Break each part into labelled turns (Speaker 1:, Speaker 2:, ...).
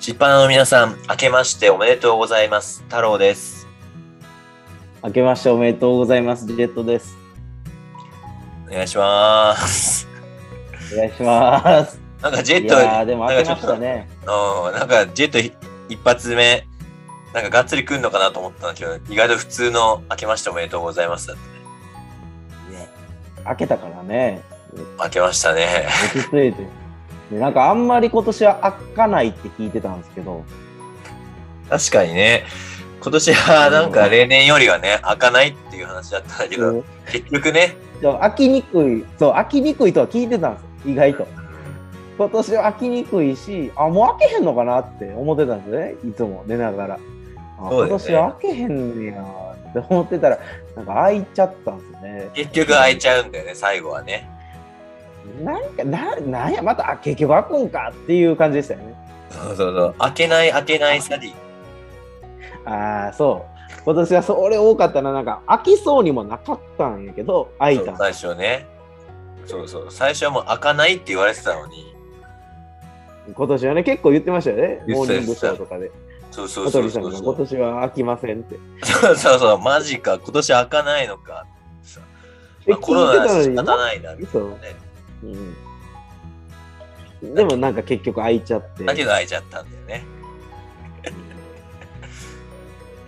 Speaker 1: チッパナの皆さん、明けましておめでとうございます。太郎です。
Speaker 2: 明けましておめでとうございます。ジェットです。
Speaker 1: お願いします。
Speaker 2: お願いします。
Speaker 1: なんかジェ
Speaker 2: い
Speaker 1: ット、
Speaker 2: やーでも明けましたね。
Speaker 1: うん、なんかジェットひ一発目、なんかがっつり来るのかなと思ったんだけど、意外と普通の明けましておめでとうございますだって。
Speaker 2: 明けたからね。
Speaker 1: 明けましたね。
Speaker 2: 落ち着いて。でなんかあんまり今年は開かないって聞いてたんですけど、
Speaker 1: 確かにね、今年はなんか例年よりはね、開かないっていう話だったんだけ
Speaker 2: う
Speaker 1: ど、
Speaker 2: ん
Speaker 1: 結局ね、
Speaker 2: でも開きにくい、そう、開きにくいとは聞いてたんですよ。意外と。今年は開きにくいし、あ、もう開けへんのかなって思ってたんですね。いつも寝ながら。
Speaker 1: そ
Speaker 2: あ
Speaker 1: うだよね
Speaker 2: 今年は開けへんねやって思ってたら、なんか開いちゃったんですよね。
Speaker 1: 結局開いちゃうんだよね、最後はね。
Speaker 2: なんか、ななんや、また、あ結局開くんかっていう感じでしたよね。
Speaker 1: そうそうそう。開けない開けないサディ。
Speaker 2: ああ、そう。今年はそれ多かったな、なんか、開きそうにもなかったんやけど、開い
Speaker 1: そ
Speaker 2: た
Speaker 1: う。最初ね。そうそう。最初はもう開かないって言われてたのに。
Speaker 2: 今年はね、結構言ってましたよね。
Speaker 1: 言
Speaker 2: モ
Speaker 1: ってた
Speaker 2: ーニングショーとかで。
Speaker 1: そうそう
Speaker 2: 小
Speaker 1: そう
Speaker 2: 鳥さ
Speaker 1: そう
Speaker 2: んが
Speaker 1: そ
Speaker 2: 今
Speaker 1: う。
Speaker 2: 年は開きませんって。
Speaker 1: そうそうそう。マジか。今年開かないのか。さ
Speaker 2: え
Speaker 1: まあコロナだし仕方
Speaker 2: な
Speaker 1: ないな。みたい
Speaker 2: そう
Speaker 1: ね。
Speaker 2: うん。でもなんか結局開いちゃって。
Speaker 1: なだけど開いちゃったんだよね。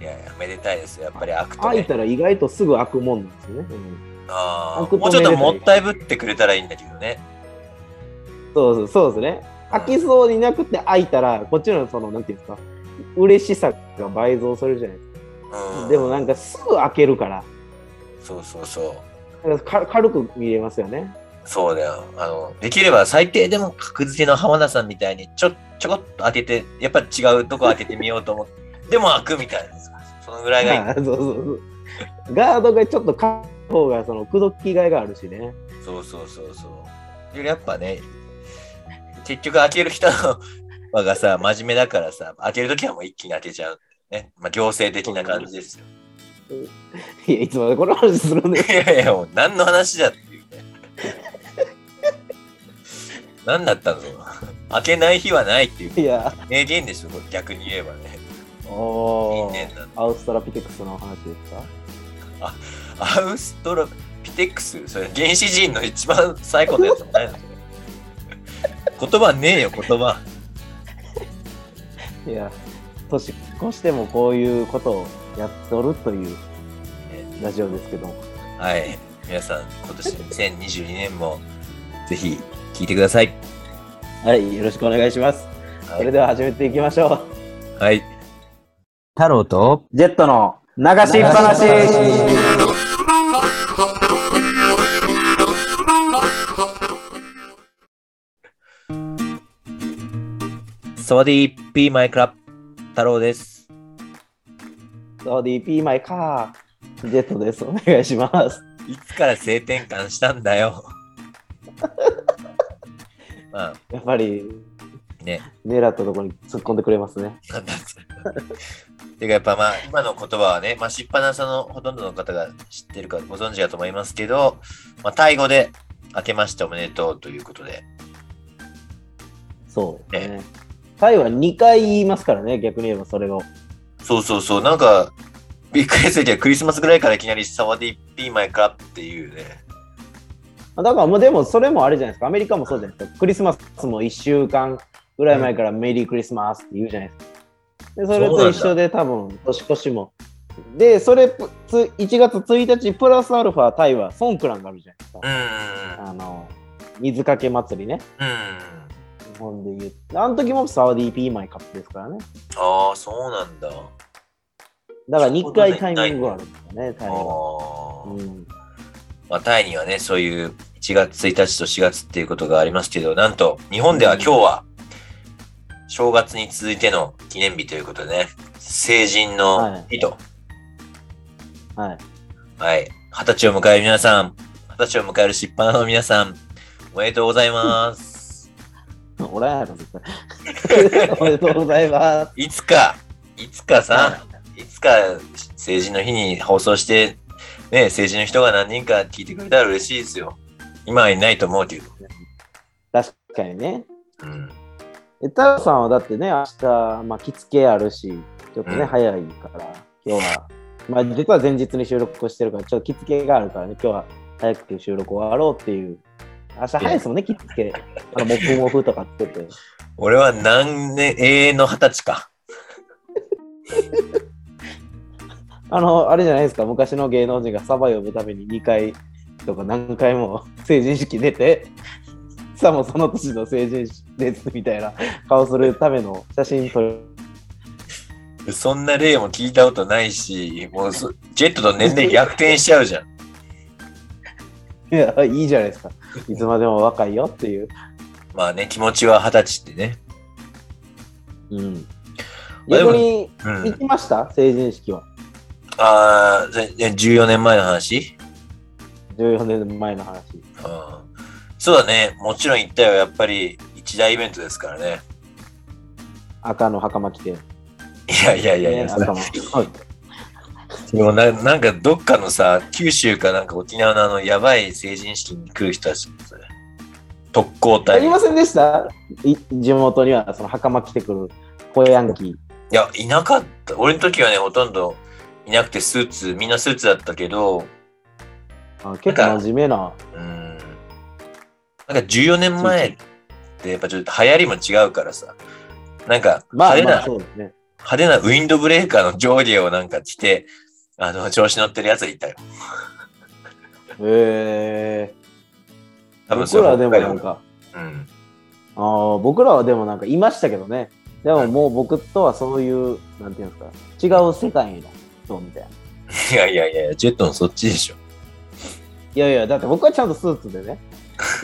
Speaker 1: いやいや、めでたいですよ。やっぱり開くと、
Speaker 2: 開い
Speaker 1: ね。
Speaker 2: たら意外とすぐ開くもんなんですよね。うん
Speaker 1: ああ。
Speaker 2: 開くと
Speaker 1: もうちょっともったいぶってくれたらいいんだけどね。
Speaker 2: そうそうそうですね。開きそうになくて開いたら、こっちのその、なんていうんですか、嬉しさが倍増するじゃないです
Speaker 1: う
Speaker 2: か。
Speaker 1: ん。
Speaker 2: でもなんかすぐ開けるから、
Speaker 1: そうそうそう。
Speaker 2: だからか軽く見えますよね。
Speaker 1: そうだよ。あの、できれば最低でも格付けの浜田さんみたいにちょ、ちょこっと開けて、やっぱ違うとこ開けてみようと思って、でも開くみたいな。そのぐらいがいい。
Speaker 2: あ そうそうそう。ガードがちょっとかった方が、その、口説きがいがあるしね。
Speaker 1: そうそうそうそう。でやっぱね、結局開ける人のがさ、真面目だからさ、開けるときはもう一気に開けちゃう。ね。まあ、行政的な感じですよ。
Speaker 2: いや、いつまでこの話するんで
Speaker 1: いやいや、もう何の話だっていうね。何だったの開けない日はないっていう
Speaker 2: いや、
Speaker 1: 名言でしょ、これ逆に言えばね。
Speaker 2: お
Speaker 1: 因縁
Speaker 2: ー
Speaker 1: なんだ
Speaker 2: アウストラピテクスのお話ですか
Speaker 1: アウストロピテクスそれ原始人の一番最古のやつじゃないのそれ言葉ねえよ言葉
Speaker 2: いや、年越してもこういうことをやっておるというラジオですけども。
Speaker 1: はい皆さん今年2022年もぜひ聞いてください
Speaker 2: はい、よろしくお願いします。
Speaker 1: は
Speaker 2: それ
Speaker 1: い、
Speaker 2: では始めていきましょう。
Speaker 1: はい、太郎と
Speaker 2: ジェットの流しっぱなし。
Speaker 1: サワディーピーマイクラ太郎です
Speaker 2: そう、DP マイカー。ジェットです。お願いします。
Speaker 1: いつから性転換したんだよ ま
Speaker 2: やっぱり、
Speaker 1: あね
Speaker 2: 狙ったところに突っ込んでくれますね。
Speaker 1: なんだっつうてかやっぱまあ今の言葉はね、まあ、しっぱなさのほとんどの方が知ってるかご存知だと思いますけど、まあ、タイ語で明けましておめでとうということで、
Speaker 2: そうです
Speaker 1: え
Speaker 2: ね。タイは2回言いますからね、逆に言えばそれを。
Speaker 1: そうそうそう、なんかびっくりするけどクリスマスぐらいからいきなりサワディピーマイクラっていうね、
Speaker 2: だからもうでもそれもあれじゃないですか、アメリカもそうじゃないですか、クリスマスも1週間ぐらい前からメリークリスマスって言うじゃないですか。で、それと一緒で多分年越しも。で、それプつ1月1日プラスアルファタイはソンクランがあるじゃないですか
Speaker 1: う。ーん、
Speaker 2: あの、水かけ祭りね。
Speaker 1: うん、
Speaker 2: 日本で言う。あの時もサワディーピーマイカップですからね。
Speaker 1: ああ、そうなんだ。あ
Speaker 2: だから2回タイミングがあるんですよね、タイミングが。
Speaker 1: ー
Speaker 2: うん、
Speaker 1: まあ、タイにはね、そういう1月1日と4月っていうことがありますけど、なんと日本では今日は正月に続いての記念日ということでね、成人の日と、
Speaker 2: はい。
Speaker 1: はい、二十歳を迎える皆さん、二十歳を迎えるしっぱなの皆さん、おめでとうございます。
Speaker 2: おらんやろ、絶対。おめでとうございます。
Speaker 1: いつか、いつかさ、いつか成人の日に放送して、ね、成人の人が何人か聞いてくれたら嬉しいですよ。今はいないと思うけど。
Speaker 2: 確かにね。
Speaker 1: うん
Speaker 2: え、太郎さんはだってね、明日、まあ、着付けあるし、ちょっとね、
Speaker 1: うん
Speaker 2: 早いから、今日は、まあ、実は前日に収録をしてるから、ちょっと着付けがあるからね、今日は早く収録終わろうっていう。明日早いですもんね、着付け。あの、モフモフとかつけて。
Speaker 1: 俺は何年、永遠の二十歳か。
Speaker 2: あの、あれじゃないですか、昔の芸能人がサバ呼ぶために2回とか何回も 成人式出て、さもその年の成人式ですみたいな 顔するための写真撮る。
Speaker 1: そんな例も聞いたことないし、もうそジェットと年齢逆転しちゃうじゃん。
Speaker 2: いや、いいじゃないですか。いつまでも若いよっていう。
Speaker 1: まあね、気持ちは二十歳ってね。
Speaker 2: うん。
Speaker 1: まあでも
Speaker 2: 逆に
Speaker 1: う
Speaker 2: 行
Speaker 1: ん。
Speaker 2: きました成人式は。
Speaker 1: ああ、ぜ14年前の話
Speaker 2: 14年前の話。
Speaker 1: うん。そうだね、もちろん行ったよ。やっぱり一大イベントですからね。
Speaker 2: 赤の袴着て。
Speaker 1: いやいやいやいや、
Speaker 2: ね
Speaker 1: それ
Speaker 2: 赤のはい
Speaker 1: でもななんかどっかのさ、九州かなんか沖縄のあのやばい成人式に来る人たちですね特攻
Speaker 2: あ
Speaker 1: 隊。
Speaker 2: り
Speaker 1: い
Speaker 2: ませんでしたい地元にはその袴着てくる小ヤンキー。
Speaker 1: や、いなかった。俺の時はね、ほとんどいなくてスーツ、みんなスーツだったけど、
Speaker 2: あ結構真面目な。
Speaker 1: うん。なんか14年前ってやっぱちょっと流行りも違うからさ、なんか
Speaker 2: まあ、
Speaker 1: 派手な、
Speaker 2: まあ、そうですね。
Speaker 1: 派手なウィンドブレーカーの上下をなんか着て、あの、調子乗ってるやつがいたよ。
Speaker 2: えー、
Speaker 1: 多分
Speaker 2: 僕
Speaker 1: それ
Speaker 2: らでも
Speaker 1: 北海道
Speaker 2: なんか、
Speaker 1: うん。
Speaker 2: あー僕らはでもなんかいましたけどね。でももう僕とはそういう、なんていうんですか、違う世界の人みたい
Speaker 1: い
Speaker 2: な。
Speaker 1: やいやいや、ジェットのそっちでしょ。
Speaker 2: いやいや、だって僕はちゃんとスー ツでね、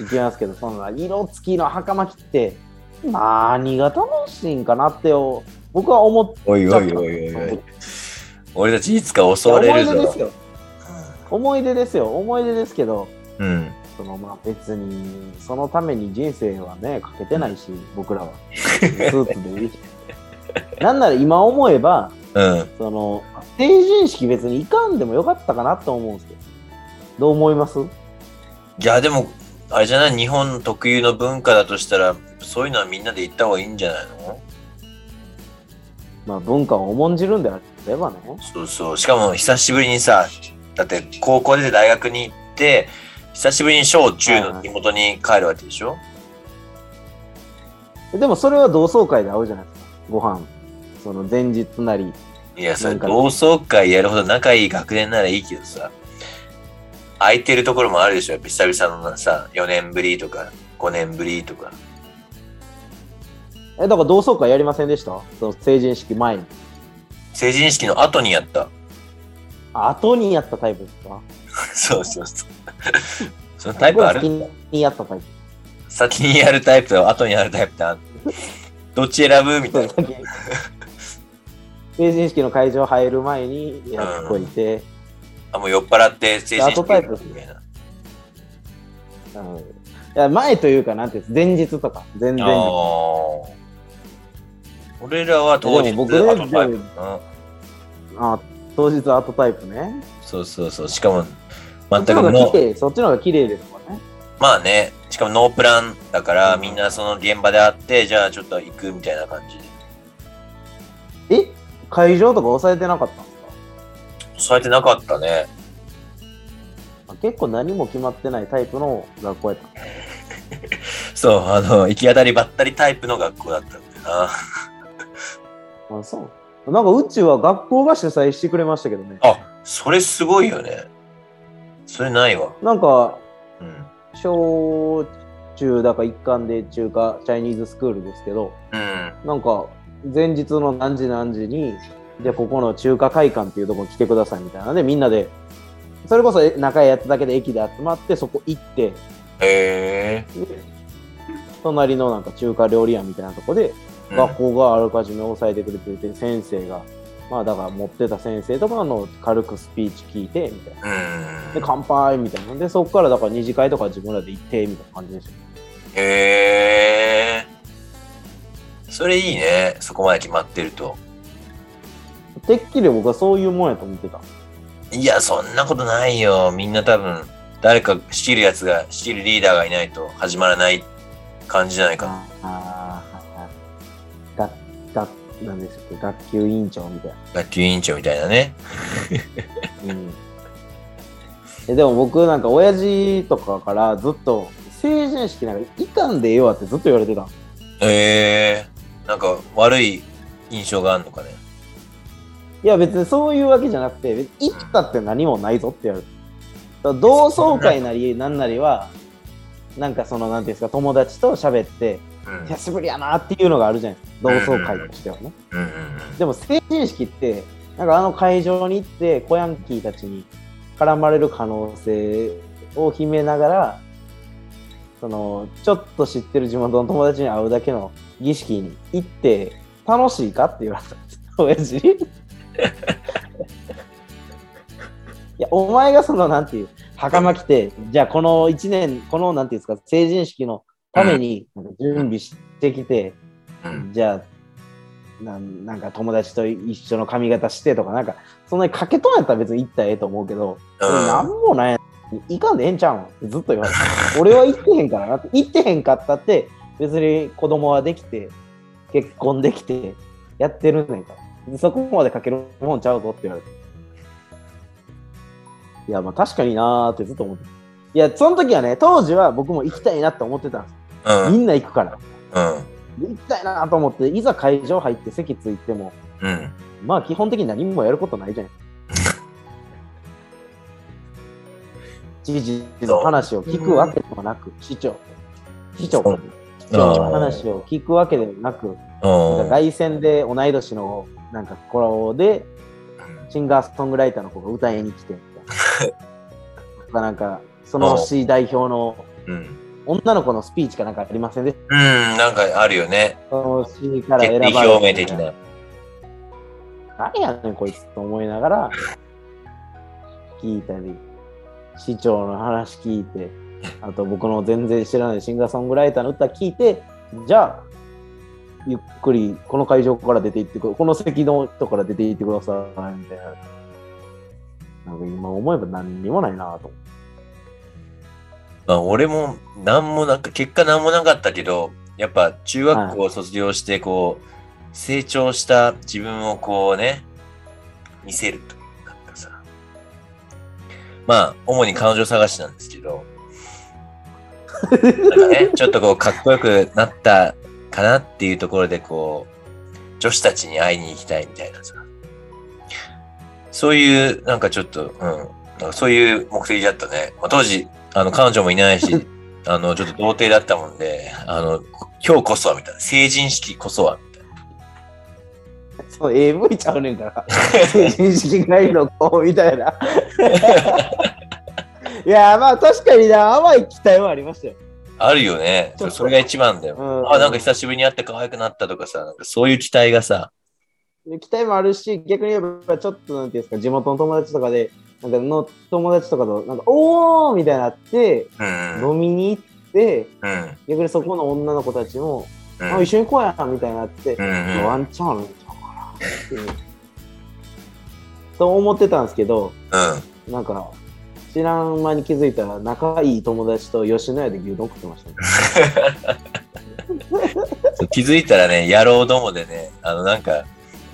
Speaker 2: 行きますけど、そんな色付きの袴着て、何が楽しいんかなってよ、僕は思っ
Speaker 1: おい
Speaker 2: ちゃ
Speaker 1: お
Speaker 2: った。
Speaker 1: いおいおいお
Speaker 2: い
Speaker 1: い。俺たちいつか襲
Speaker 2: や
Speaker 1: われる
Speaker 2: 思い出です
Speaker 1: ぞ。
Speaker 2: よ。思い出ですよ。思い出ですけど、
Speaker 1: うん。
Speaker 2: そのまあ別に、そのために人生はね、かけてないし、僕らは。スーツでいいし。なんなら今思えば、
Speaker 1: うん。
Speaker 2: その、成人式別に行かんでもよかったかなと思うんですけど、どう思います
Speaker 1: いや、でも、あれじゃない、日本特有の文化だとしたら、そういうのはみんなで行った方がいいんじゃないの
Speaker 2: まあ文化を重んじるんであればね。
Speaker 1: そうそう。しかも、久しぶりにさ、だって高校出て大学に行って、久しぶりに小中の地元に帰るわけでしょ、
Speaker 2: でもそれは同窓会で会うじゃないですか。ご飯。その前日なり。
Speaker 1: いや、それ
Speaker 2: なんか
Speaker 1: 同窓会やるほど仲いい学年ならいいけどさ、空いてるところもあるでしょ、やっぱ久々のさ、4年ぶりとか、5年ぶりとか。
Speaker 2: え、だから同窓会やりませんでしたその成人式前に。
Speaker 1: 成人式の後にやった。
Speaker 2: あ後にやったタイプですか
Speaker 1: そうそうそう。そのタイプあ
Speaker 2: 僕
Speaker 1: る
Speaker 2: は先にやったタイプ。
Speaker 1: 先にやるタイプと後にやるタイプってあるどっち選ぶ みたいな。
Speaker 2: 先に成人式の会場入る前にやっといて、
Speaker 1: あ、もう酔っ払って成人
Speaker 2: 後
Speaker 1: 式
Speaker 2: タイプ
Speaker 1: みたいな。
Speaker 2: うんいや前というか、なんていうんです前日とか、前
Speaker 1: あ
Speaker 2: 々日。
Speaker 1: ー俺らは当日
Speaker 2: でも僕ら
Speaker 1: 後タイプだな。
Speaker 2: あ当日後タイプね。
Speaker 1: そうそうそう。しかも、
Speaker 2: そ
Speaker 1: 全
Speaker 2: っち
Speaker 1: く
Speaker 2: の方が
Speaker 1: も
Speaker 2: 綺麗、そっちの方が綺麗ですもんね。
Speaker 1: まあね、しかもノープランだから、
Speaker 2: うん
Speaker 1: みんなその現場で会って、じゃあちょっと行くみたいな感じで。
Speaker 2: え会場とか押さえてなかったんですか
Speaker 1: そうやってなかったね。
Speaker 2: あ結構何も決まってないタイプの学校やった。
Speaker 1: そう、あの、行き当たりばったりタイプの学校だったんだよな。
Speaker 2: あ、そう。なんかうちは学校が主催してくれましたけどね。
Speaker 1: あ、それすごいよね。それないわ。
Speaker 2: なんか、
Speaker 1: うん。
Speaker 2: 小中だか一貫で中華チャイニーズスクールですけど、
Speaker 1: うん。
Speaker 2: なんか、前日の何時何時に、じゃあここの中華会館っていうところに来てくださいみたいなので、みんなで、それこそえ仲良いやつだけで駅で集まって、そこ行って、
Speaker 1: へえ。
Speaker 2: で隣のなんか中華料理屋みたいなとこで、
Speaker 1: うん
Speaker 2: 学校があらかじめ押さえてくれてて先生がまあだから持ってた先生とかの軽くスピーチ聞いてみたいな
Speaker 1: うん。
Speaker 2: で乾杯みたいなでそこからだから二次会とか自分らで行ってみたいな感じでした
Speaker 1: へえ。それいいね。そこまで決まってると。
Speaker 2: てっきり僕はそういうもんやと思ってた
Speaker 1: いや、そんなことないよ。みんな多分、誰か仕切るやつが、仕切るリーダーがいないと始まらない感じじゃないかな。
Speaker 2: ああだなんですけど学級委員長みたいな。
Speaker 1: 学級委員長みたいなね。
Speaker 2: うん、えでも僕なんか親父とかからずっと成人式なんかいかんでええわってずっと言われてたん
Speaker 1: えー、なんか悪い印象があるのかね。
Speaker 2: いや別にそういうわけじゃなくて別に行ったって何もないぞって言われてだから同窓会なりなんなりはなんかそのなんていうんですか友達と喋って
Speaker 1: うん
Speaker 2: 久しぶりやなっていうのがあるじゃないですか同窓会としてはね
Speaker 1: うんうん
Speaker 2: でも成人式ってなんかあの会場に行って小ヤンキーたちに絡まれる可能性を秘めながらそのちょっと知ってる地元の友達に会うだけの儀式に行って楽しいかって言われたんです親父に。いやお前がそのなんていう袴着てじゃあこの1年このなんていうんですか成人式のためになんか準備してきて、
Speaker 1: うんうん
Speaker 2: じゃあなんなんか友達と一緒の髪型してとかなんかそんなにかけとんやったら別に行ったらええと思うけど、なんもないやんいかんでええんちゃうんってずっと言われて俺は行ってへんからなって行ってへんかったって別に子供はできて結婚できてやってるねんからそこまでかけるもんちゃうぞって言われていやまあ確かになーってずっと思っていやその時はね当時は僕も行きたいなって思ってたんです
Speaker 1: うん
Speaker 2: みんな行くから
Speaker 1: うん
Speaker 2: 行きたいなと思っていざ会場入って席ついても
Speaker 1: うん
Speaker 2: まあ基本的に何もやることないじ ゃないじじの話を聞くわけでもなく、市長、市長
Speaker 1: そう
Speaker 2: 市長の話を聞くわけでもなく、なんか
Speaker 1: うん
Speaker 2: 凱旋で同い年のなんか頃でシンガーソングライターの子が歌いに来てみたいな とかなんかその市代表の
Speaker 1: うん
Speaker 2: 女の子のスピーチかなんかありませんでし
Speaker 1: うんなんかあるよね
Speaker 2: たその市から
Speaker 1: 決
Speaker 2: 選ばれ
Speaker 1: 意
Speaker 2: て
Speaker 1: 表明的な
Speaker 2: 何やねんこいつと思いながら聞いたり市長の話聞いてあと僕の全然知らないシンガーソングライターの歌聞いてじゃあゆっくりこの会場から出て行ってくこの席の人から出て行ってくださいみたいななんか今思えば何にもないなと
Speaker 1: まあ、俺も何もなんか結果何もなかったけどやっぱ中学校を卒業してこう成長した自分をこうね見せるというなんかさまあ主に彼女探しなんですけどなんかねちょっとこうかっこよくなったかなっていうところでこう女子たちに会いに行きたいみたいなさそういうなんかちょっとうんなんかそういう目的だったね、まあ、当時あの、彼女もいないし、 あの、ちょっと童貞だったもんで、あの、今日こそは、みたいな。成人式こそは、みたい
Speaker 2: その AV ちゃうねんから成人式ぐらいの子みたい ないやまあ確かにな甘い期待はありましたよ
Speaker 1: な。あるよね。
Speaker 2: ちょっと
Speaker 1: それが一番だよ。
Speaker 2: うん
Speaker 1: あ、なんか久しぶりに会って可愛くなったとかさ、なんかそういう期待がさ、
Speaker 2: で期待もあるし、逆に言えば、ちょっとなんていうんですか、地元の友達とかで、なんかの友達とかと、なんか、おーみたいになって、
Speaker 1: うん、うん、
Speaker 2: 飲みに行って、
Speaker 1: うん、
Speaker 2: 逆にそこの女の子たちも、
Speaker 1: う
Speaker 2: あ
Speaker 1: ん、
Speaker 2: 一緒に行こうやみたいになって
Speaker 1: う、ん、
Speaker 2: ワンチャンあるんちゃうかなっていう。と思ってたんですけど、
Speaker 1: うん。
Speaker 2: なんか、知らん間に気づいたら、仲いい友達と吉野家で牛丼食ってましたね。
Speaker 1: そう気づいたらね、野郎どもでね、あの、なんか、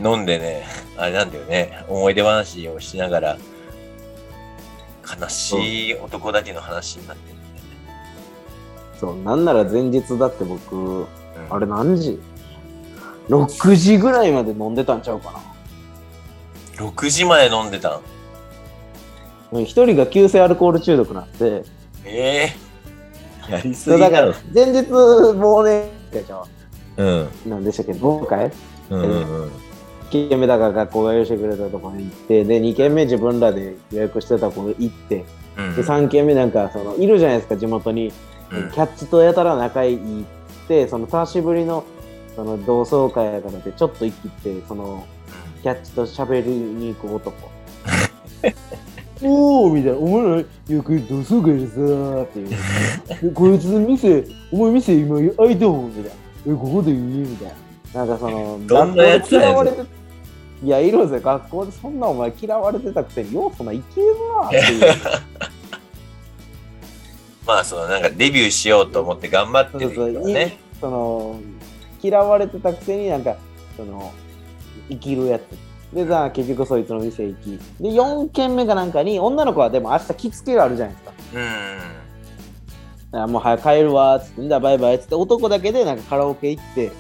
Speaker 1: 飲んでね、あれなんだよね、思い出話をしながら、悲しい男だけの話になってるんだよね
Speaker 2: そう、なんなら前日だって僕、
Speaker 1: うん
Speaker 2: あれ何時 ?6 時ぐらいまで飲んでたんちゃうかな。
Speaker 1: 6時まで飲んでたん。
Speaker 2: 一人が急性アルコール中毒になって、
Speaker 1: ええやりす
Speaker 2: そう
Speaker 1: ぎ
Speaker 2: だ
Speaker 1: だ
Speaker 2: か
Speaker 1: ろ
Speaker 2: ら。前日忘年会じゃ
Speaker 1: うん。
Speaker 2: んなんでしたっけ、どうかい
Speaker 1: うんうんうん。
Speaker 2: 1軒目だから学校が用意してくれたとこに行って、で、2軒目自分らで予約してた子行って、
Speaker 1: うん
Speaker 2: で、3軒目なんか、その、いるじゃないですか、地元に。
Speaker 1: うん
Speaker 2: キャッチとやたら仲いいって、その、久しぶりの、その、同窓会やからって、ちょっと行きって、その、キャッチと喋りに行く男。 おーみたいな、お前らよく同窓会でさーって いう。でこいつの店、お前店今開いてもんみたいな。え、ここでいいみたいな。なんかその、
Speaker 1: どんなやつやねん
Speaker 2: 学校で嫌われていや、いるんですよ。学校でそんなお前嫌われてたくせに、ようそんな生きるなって いう。
Speaker 1: まあ、その、なんかデビューしようと思って頑張って
Speaker 2: そう
Speaker 1: る
Speaker 2: そう
Speaker 1: から
Speaker 2: いい
Speaker 1: ね。
Speaker 2: その嫌われてたくせになんかその生きるやつでさ結局そいつの店行きで4軒目かなんかに女の子はでも明日着付けがあるじゃないですか
Speaker 1: うん。
Speaker 2: だからもう早く帰るわっつってんだバイバイっつって男だけでなんかカラオケ行って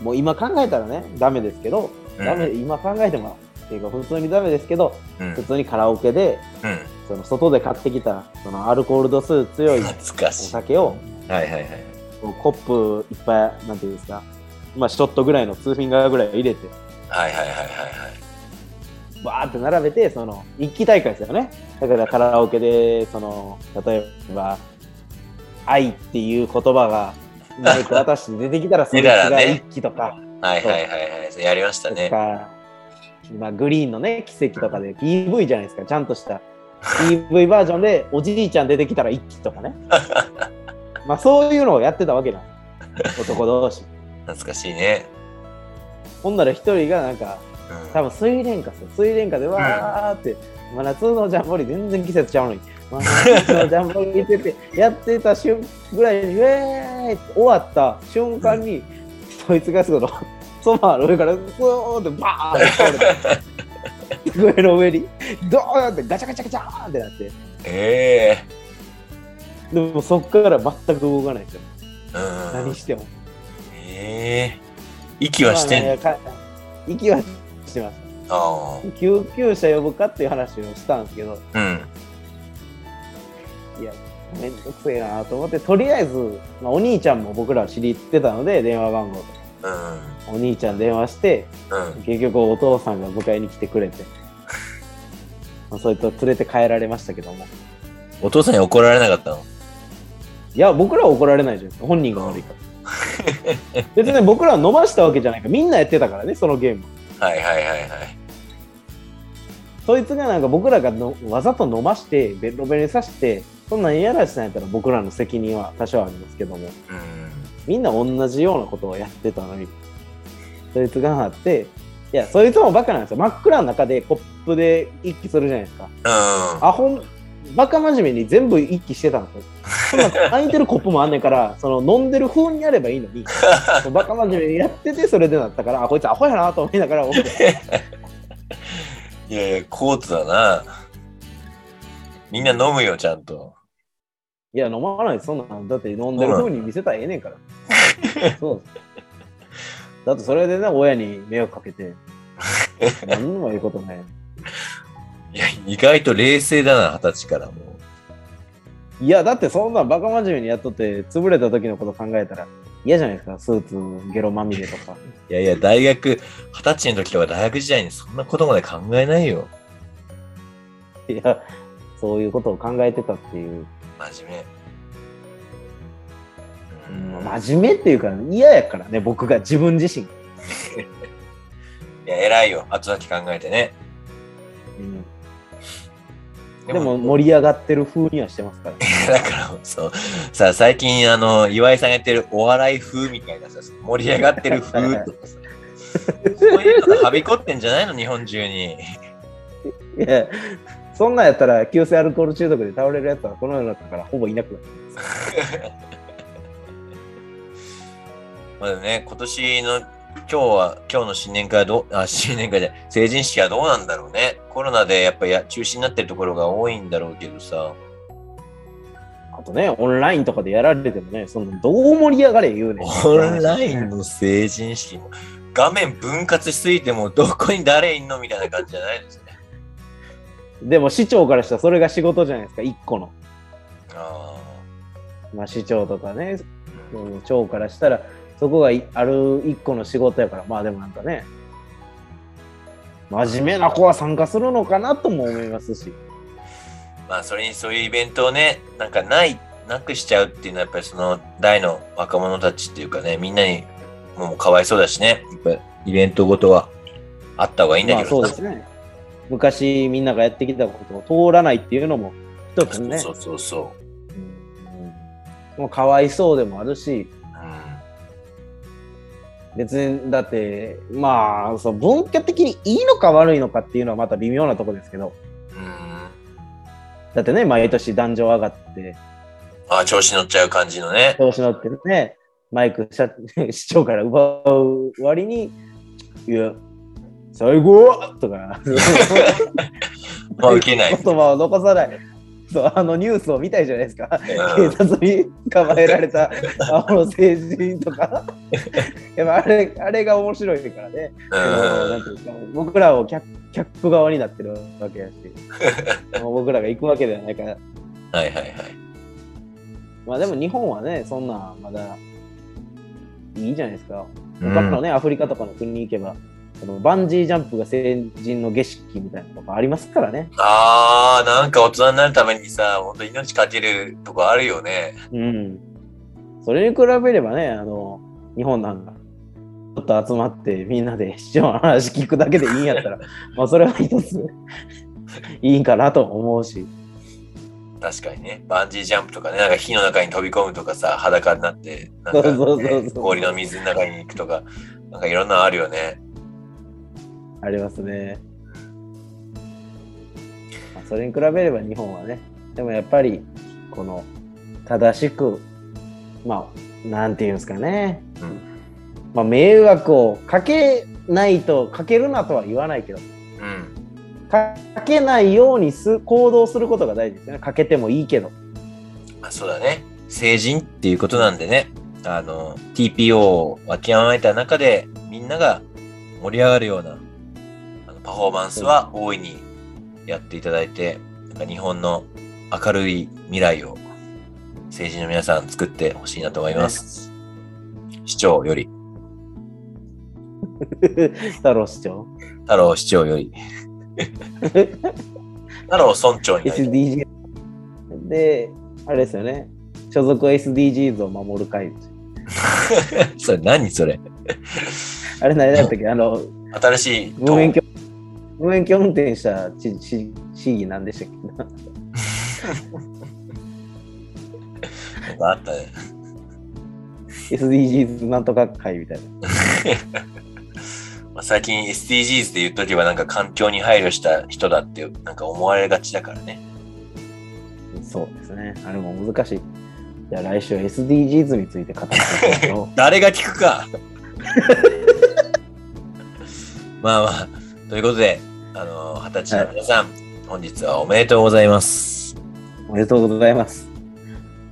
Speaker 2: もう今考えたらねダメですけど
Speaker 1: うん。
Speaker 2: ダメ今考えてもっていうか普通にダメですけど
Speaker 1: うん。
Speaker 2: 普通にカラオケで
Speaker 1: うん。
Speaker 2: その外で買ってきたそのアルコール度数強いお
Speaker 1: 懐かしい。はい
Speaker 2: 酒を
Speaker 1: はいはい。
Speaker 2: コップいっぱいなんていうんですかまあショットぐらいの2フィンガーぐらい入れて
Speaker 1: はいはいはいはいはい。
Speaker 2: バーって並べてその一期大会ですよねだからカラオケでその例えば「愛」っていう言葉がマイク渡して出てきたらそ れ
Speaker 1: 出たら
Speaker 2: が
Speaker 1: ね
Speaker 2: 一期とか、
Speaker 1: はいはいはいはい。それやりました
Speaker 2: と
Speaker 1: ね。
Speaker 2: か、まあ、グリーンのね奇跡とかで EV じゃないですかちゃんとした EV バージョンでおじいちゃん出てきたら一期と かねまあそういうのをやってたわけなんです男同士
Speaker 1: 懐かしいね。
Speaker 2: ほんなら一人がなんか
Speaker 1: うん
Speaker 2: 多分水蓮花ですよ水蓮花でわーって、真夏のジャンボリー全然季節ちゃうのに真夏のジャンボリーっててやってた瞬ぐらいにウェーイって終わった瞬間に、そいつがそのソファーの上からスーってバーンって倒れて机の上にドーンってガチャガチャガチャーンってなって
Speaker 1: ええ。
Speaker 2: でもそっから全く動かないですよ
Speaker 1: う
Speaker 2: 何
Speaker 1: ん。
Speaker 2: しても
Speaker 1: ええ。息はしてん
Speaker 2: ま
Speaker 1: の
Speaker 2: あか息はしてます
Speaker 1: あ
Speaker 2: 救急車呼ぶかっていう話をしたんですけど
Speaker 1: あ。うん。
Speaker 2: いや、めんどくせえなと思って、とりあえず、まあ、お兄ちゃんも僕ら知り合ってたので、電話番号とか
Speaker 1: うん。
Speaker 2: お兄ちゃん電話して、
Speaker 1: うん。
Speaker 2: 結局お父さんが迎えに来てくれて、まあ、そいつを連れて帰られましたけども。
Speaker 1: お父さんに怒られなかったの
Speaker 2: いや、僕らは怒られないじゃないですか。本人が悪いから。別に僕らは飲ましたわけじゃないから、みんなやってたからね、そのゲーム。
Speaker 1: はいはいはいはい。
Speaker 2: そいつがなんか僕らがのわざと飲まして、ベロベロにさして、そんなんやらしたんやったら僕らの責任は多少ありますけども。
Speaker 1: うん。
Speaker 2: みんな同じようなことをやってたのにそいつがあっていやそいつもバカなんですよ真っ暗の中でコップで一気するじゃないですか
Speaker 1: うん。
Speaker 2: アホバカ真面目に全部一気してたんですよそんな空いてるコップもあんねんからその飲んでる風にやればいいのにバカ真面目にやっててそれでなったからあこいつアホやなと思いながら僕
Speaker 1: いやいや、コートだな。みんな飲むよ、ちゃんと。
Speaker 2: いや飲まないそんなんだって飲んでる風に見せたらええねんからそうですだってそれでね親に迷惑かけて何にも言うことない
Speaker 1: いや、意外と冷静だな、二十歳からも
Speaker 2: いや、だってそんなんバカ真面目にやっとって、潰れた時のこと考えたら嫌じゃないですか、スーツ、ゲロまみれと か。
Speaker 1: う。いやいや、大学、二十歳の時とか大学時代にそんなことまで考えないよ。
Speaker 2: いや、そういうことを考えてたっていう。
Speaker 1: 真面目。うん、い
Speaker 2: 真面目っていうか、嫌やからね、僕が、自分自身。
Speaker 1: や、偉いよ。後先考えてね。
Speaker 2: うんでも盛り上がってる風にはしてますから。
Speaker 1: だから、そう。さあ、最近、あの、岩井さんがやってるお笑い風みたいなさ、盛り上がってる風とかさ。そういうのがはびこってんじゃないの、日本中に。
Speaker 2: いや、そんなんやったら、急性アルコール中毒で倒れるやつはこの世の中からほぼいなくなる。
Speaker 1: まあでもね、今年の今日は、今日の新年会はどう、あ、新年会じゃない成人式はどうなんだろうね。コロナでやっぱや中止になってるところが多いんだろうけどさ。
Speaker 2: あとね、オンラインとかでやられてもね、そのどう盛り上がれ言うねん
Speaker 1: オンラインの成人式も、画面分割しすぎてもうどこに誰いんのみたいな感じじゃないですね。
Speaker 2: でも市長からしたらそれが仕事じゃないですか、一個の。
Speaker 1: あ
Speaker 2: まあ、市長とかね、
Speaker 1: ー
Speaker 2: うん長からしたらそこがいある一個の仕事やからまあでもなんかね真面目な子は参加するのかなとも思いますし
Speaker 1: まあそれにそういうイベントをね、なんかない、なくしちゃうっていうのはやっぱりその大の若者たちっていうかね、みんなにもうかわいそうだしね、やっぱイベントごとはあった方がいいんだ
Speaker 2: まあ
Speaker 1: けど
Speaker 2: そうですね昔みんながやってきたことを通らないっていうのも一つね
Speaker 1: そうそうそうそう。
Speaker 2: うんもうかわいそうでもあるし
Speaker 1: う
Speaker 2: 別にだってまあそう文化的にいいのか悪いのかっていうのはまた微妙なとこですけど
Speaker 1: ん。うん、
Speaker 2: だってね毎年壇上上がって
Speaker 1: あ調子乗っちゃう感じのね。
Speaker 2: 調子乗ってね、マイク社市長から奪う割に、いや、最後とか、
Speaker 1: まあ、受けない
Speaker 2: 言。葉を残さない。そうあのニュースを見たいじゃないですか、
Speaker 1: うん
Speaker 2: 警察に捕まえられたあの成人とかやっぱあれあれが面白いからね、その なんていうか僕らを客客側になってるわけやしもう僕らが行くわけではないから
Speaker 1: はいはいはい。
Speaker 2: まあでも日本はねそんなんまだいいじゃないですか
Speaker 1: う
Speaker 2: 他の
Speaker 1: ん
Speaker 2: ね、アフリカとかの国に行けばそのバンジージャンプが成人の儀式みたいなのとかありますからね
Speaker 1: ああ、なんか大人になるためにさ、本当命かけるとこあるよね。
Speaker 2: うん。それに比べればね、あの、日本なんか、ちょっと集まってみんなで市長の話聞くだけでいいんやったら、まあそれは一ついいかなと思うし。
Speaker 1: 確かにね。バンジージャンプとかね、なんか火の中に飛び込むとかさ、裸になって、なん
Speaker 2: そうそ
Speaker 1: か、
Speaker 2: うそう
Speaker 1: ね、
Speaker 2: そう
Speaker 1: 氷の水の中に行くとか、なんかいろんなのあるよね。
Speaker 2: ありますね。まあそれに比べれば日本はね、でもやっぱり、この、正しく、まあ、なんていうんですかね、
Speaker 1: うん。
Speaker 2: まあ迷惑をかけないと、かけるなとは言わないけど、
Speaker 1: うん。
Speaker 2: かけないようにす行動することが大事ですよね。かけてもいいけど。
Speaker 1: まあ、そうだね。成人っていうことなんでね、あの、TPO をわきまえた中で、みんなが盛り上がるようなあのパフォーマンスは大いにやっていただいて、なんか日本の明るい未来を政治の皆さん作ってほしいなと思います。市長より、
Speaker 2: 太郎市長。
Speaker 1: 太郎市長より、太郎村長になりたい
Speaker 2: SDG。で、あれですよね。所属 SDGs を守る会ですよ。
Speaker 1: それ何それ
Speaker 2: あれ何だったっけあの、
Speaker 1: 新しい
Speaker 2: 無免許、無免許運転した市市市議なんでしたっけ
Speaker 1: 党があったね。
Speaker 2: ?SDGs なんとか会みたいな。
Speaker 1: まあ、最近 SDGs で言っとけばなんか環境に配慮した人だってなんか思われがちだからね。
Speaker 2: そうですね。あれも難しい。じゃあ来週 SDGs について語っていきましょう
Speaker 1: 誰が聞くか まあまあ、ということで、あの、二十歳の皆さん、本日はおめでとうございます。
Speaker 2: おめでとうございます。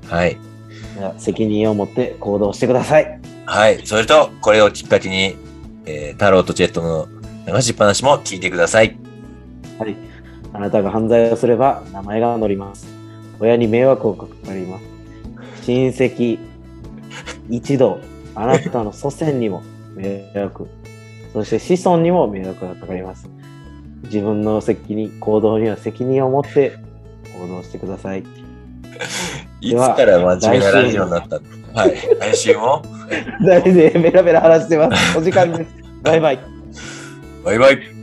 Speaker 1: はい。
Speaker 2: じゃあ責任を持って行動してください。
Speaker 1: はい。それと、これをきっかけに、えー、太郎とチェットの流しっぱなしも聞いてください。
Speaker 2: はい。あなたが犯罪をすれば名前が載ります。親に迷惑をかかります。親戚、一同、あなたの祖先にも 迷惑、そして子孫にも迷惑がかかります。自分の責任、行動には責任を持って行動してくだ さい。
Speaker 1: いつから真面目なラジオになったのはい。来週も、
Speaker 2: 大事でベラベラ話してます。お時間です。バイバイ。
Speaker 1: バイバイ。